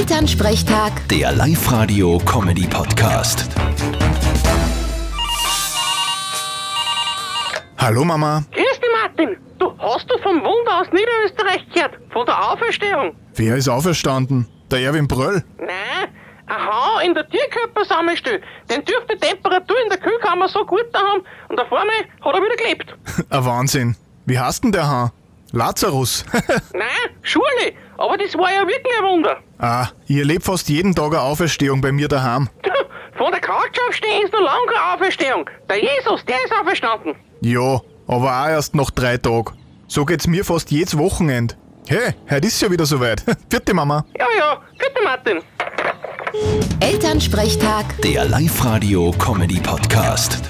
Elternsprechtag, Der Live-Radio-Comedy-Podcast. Hallo Mama. Grüß dich, Martin. Du hast du vom Wunder aus Niederösterreich gehört? Von der Auferstehung? Wer ist auferstanden? Der Erwin Bröll? Nein, ein Hau in der Tierkörpersammelstelle. Den dürfte die Temperatur in der Kühlkammer so gut da haben und da vorne hat er wieder gelebt. Ein Wahnsinn. Wie heißt denn der Hahn? Lazarus. Nein, Schule, aber das war ja wirklich ein Wunder. ah, ich erlebe fast jeden Tag eine Auferstehung bei mir daheim. Von der Couch aufstehen ist noch lange keine Auferstehung. Der Jesus, der ist auferstanden. Ja, aber auch erst noch drei Tage. So geht's mir fast jedes Wochenende. Hey, heute ist ja wieder soweit. Vierte Mama. Ja, ja, bitte, Martin. Elternsprechtag. Der Live-Radio-Comedy-Podcast.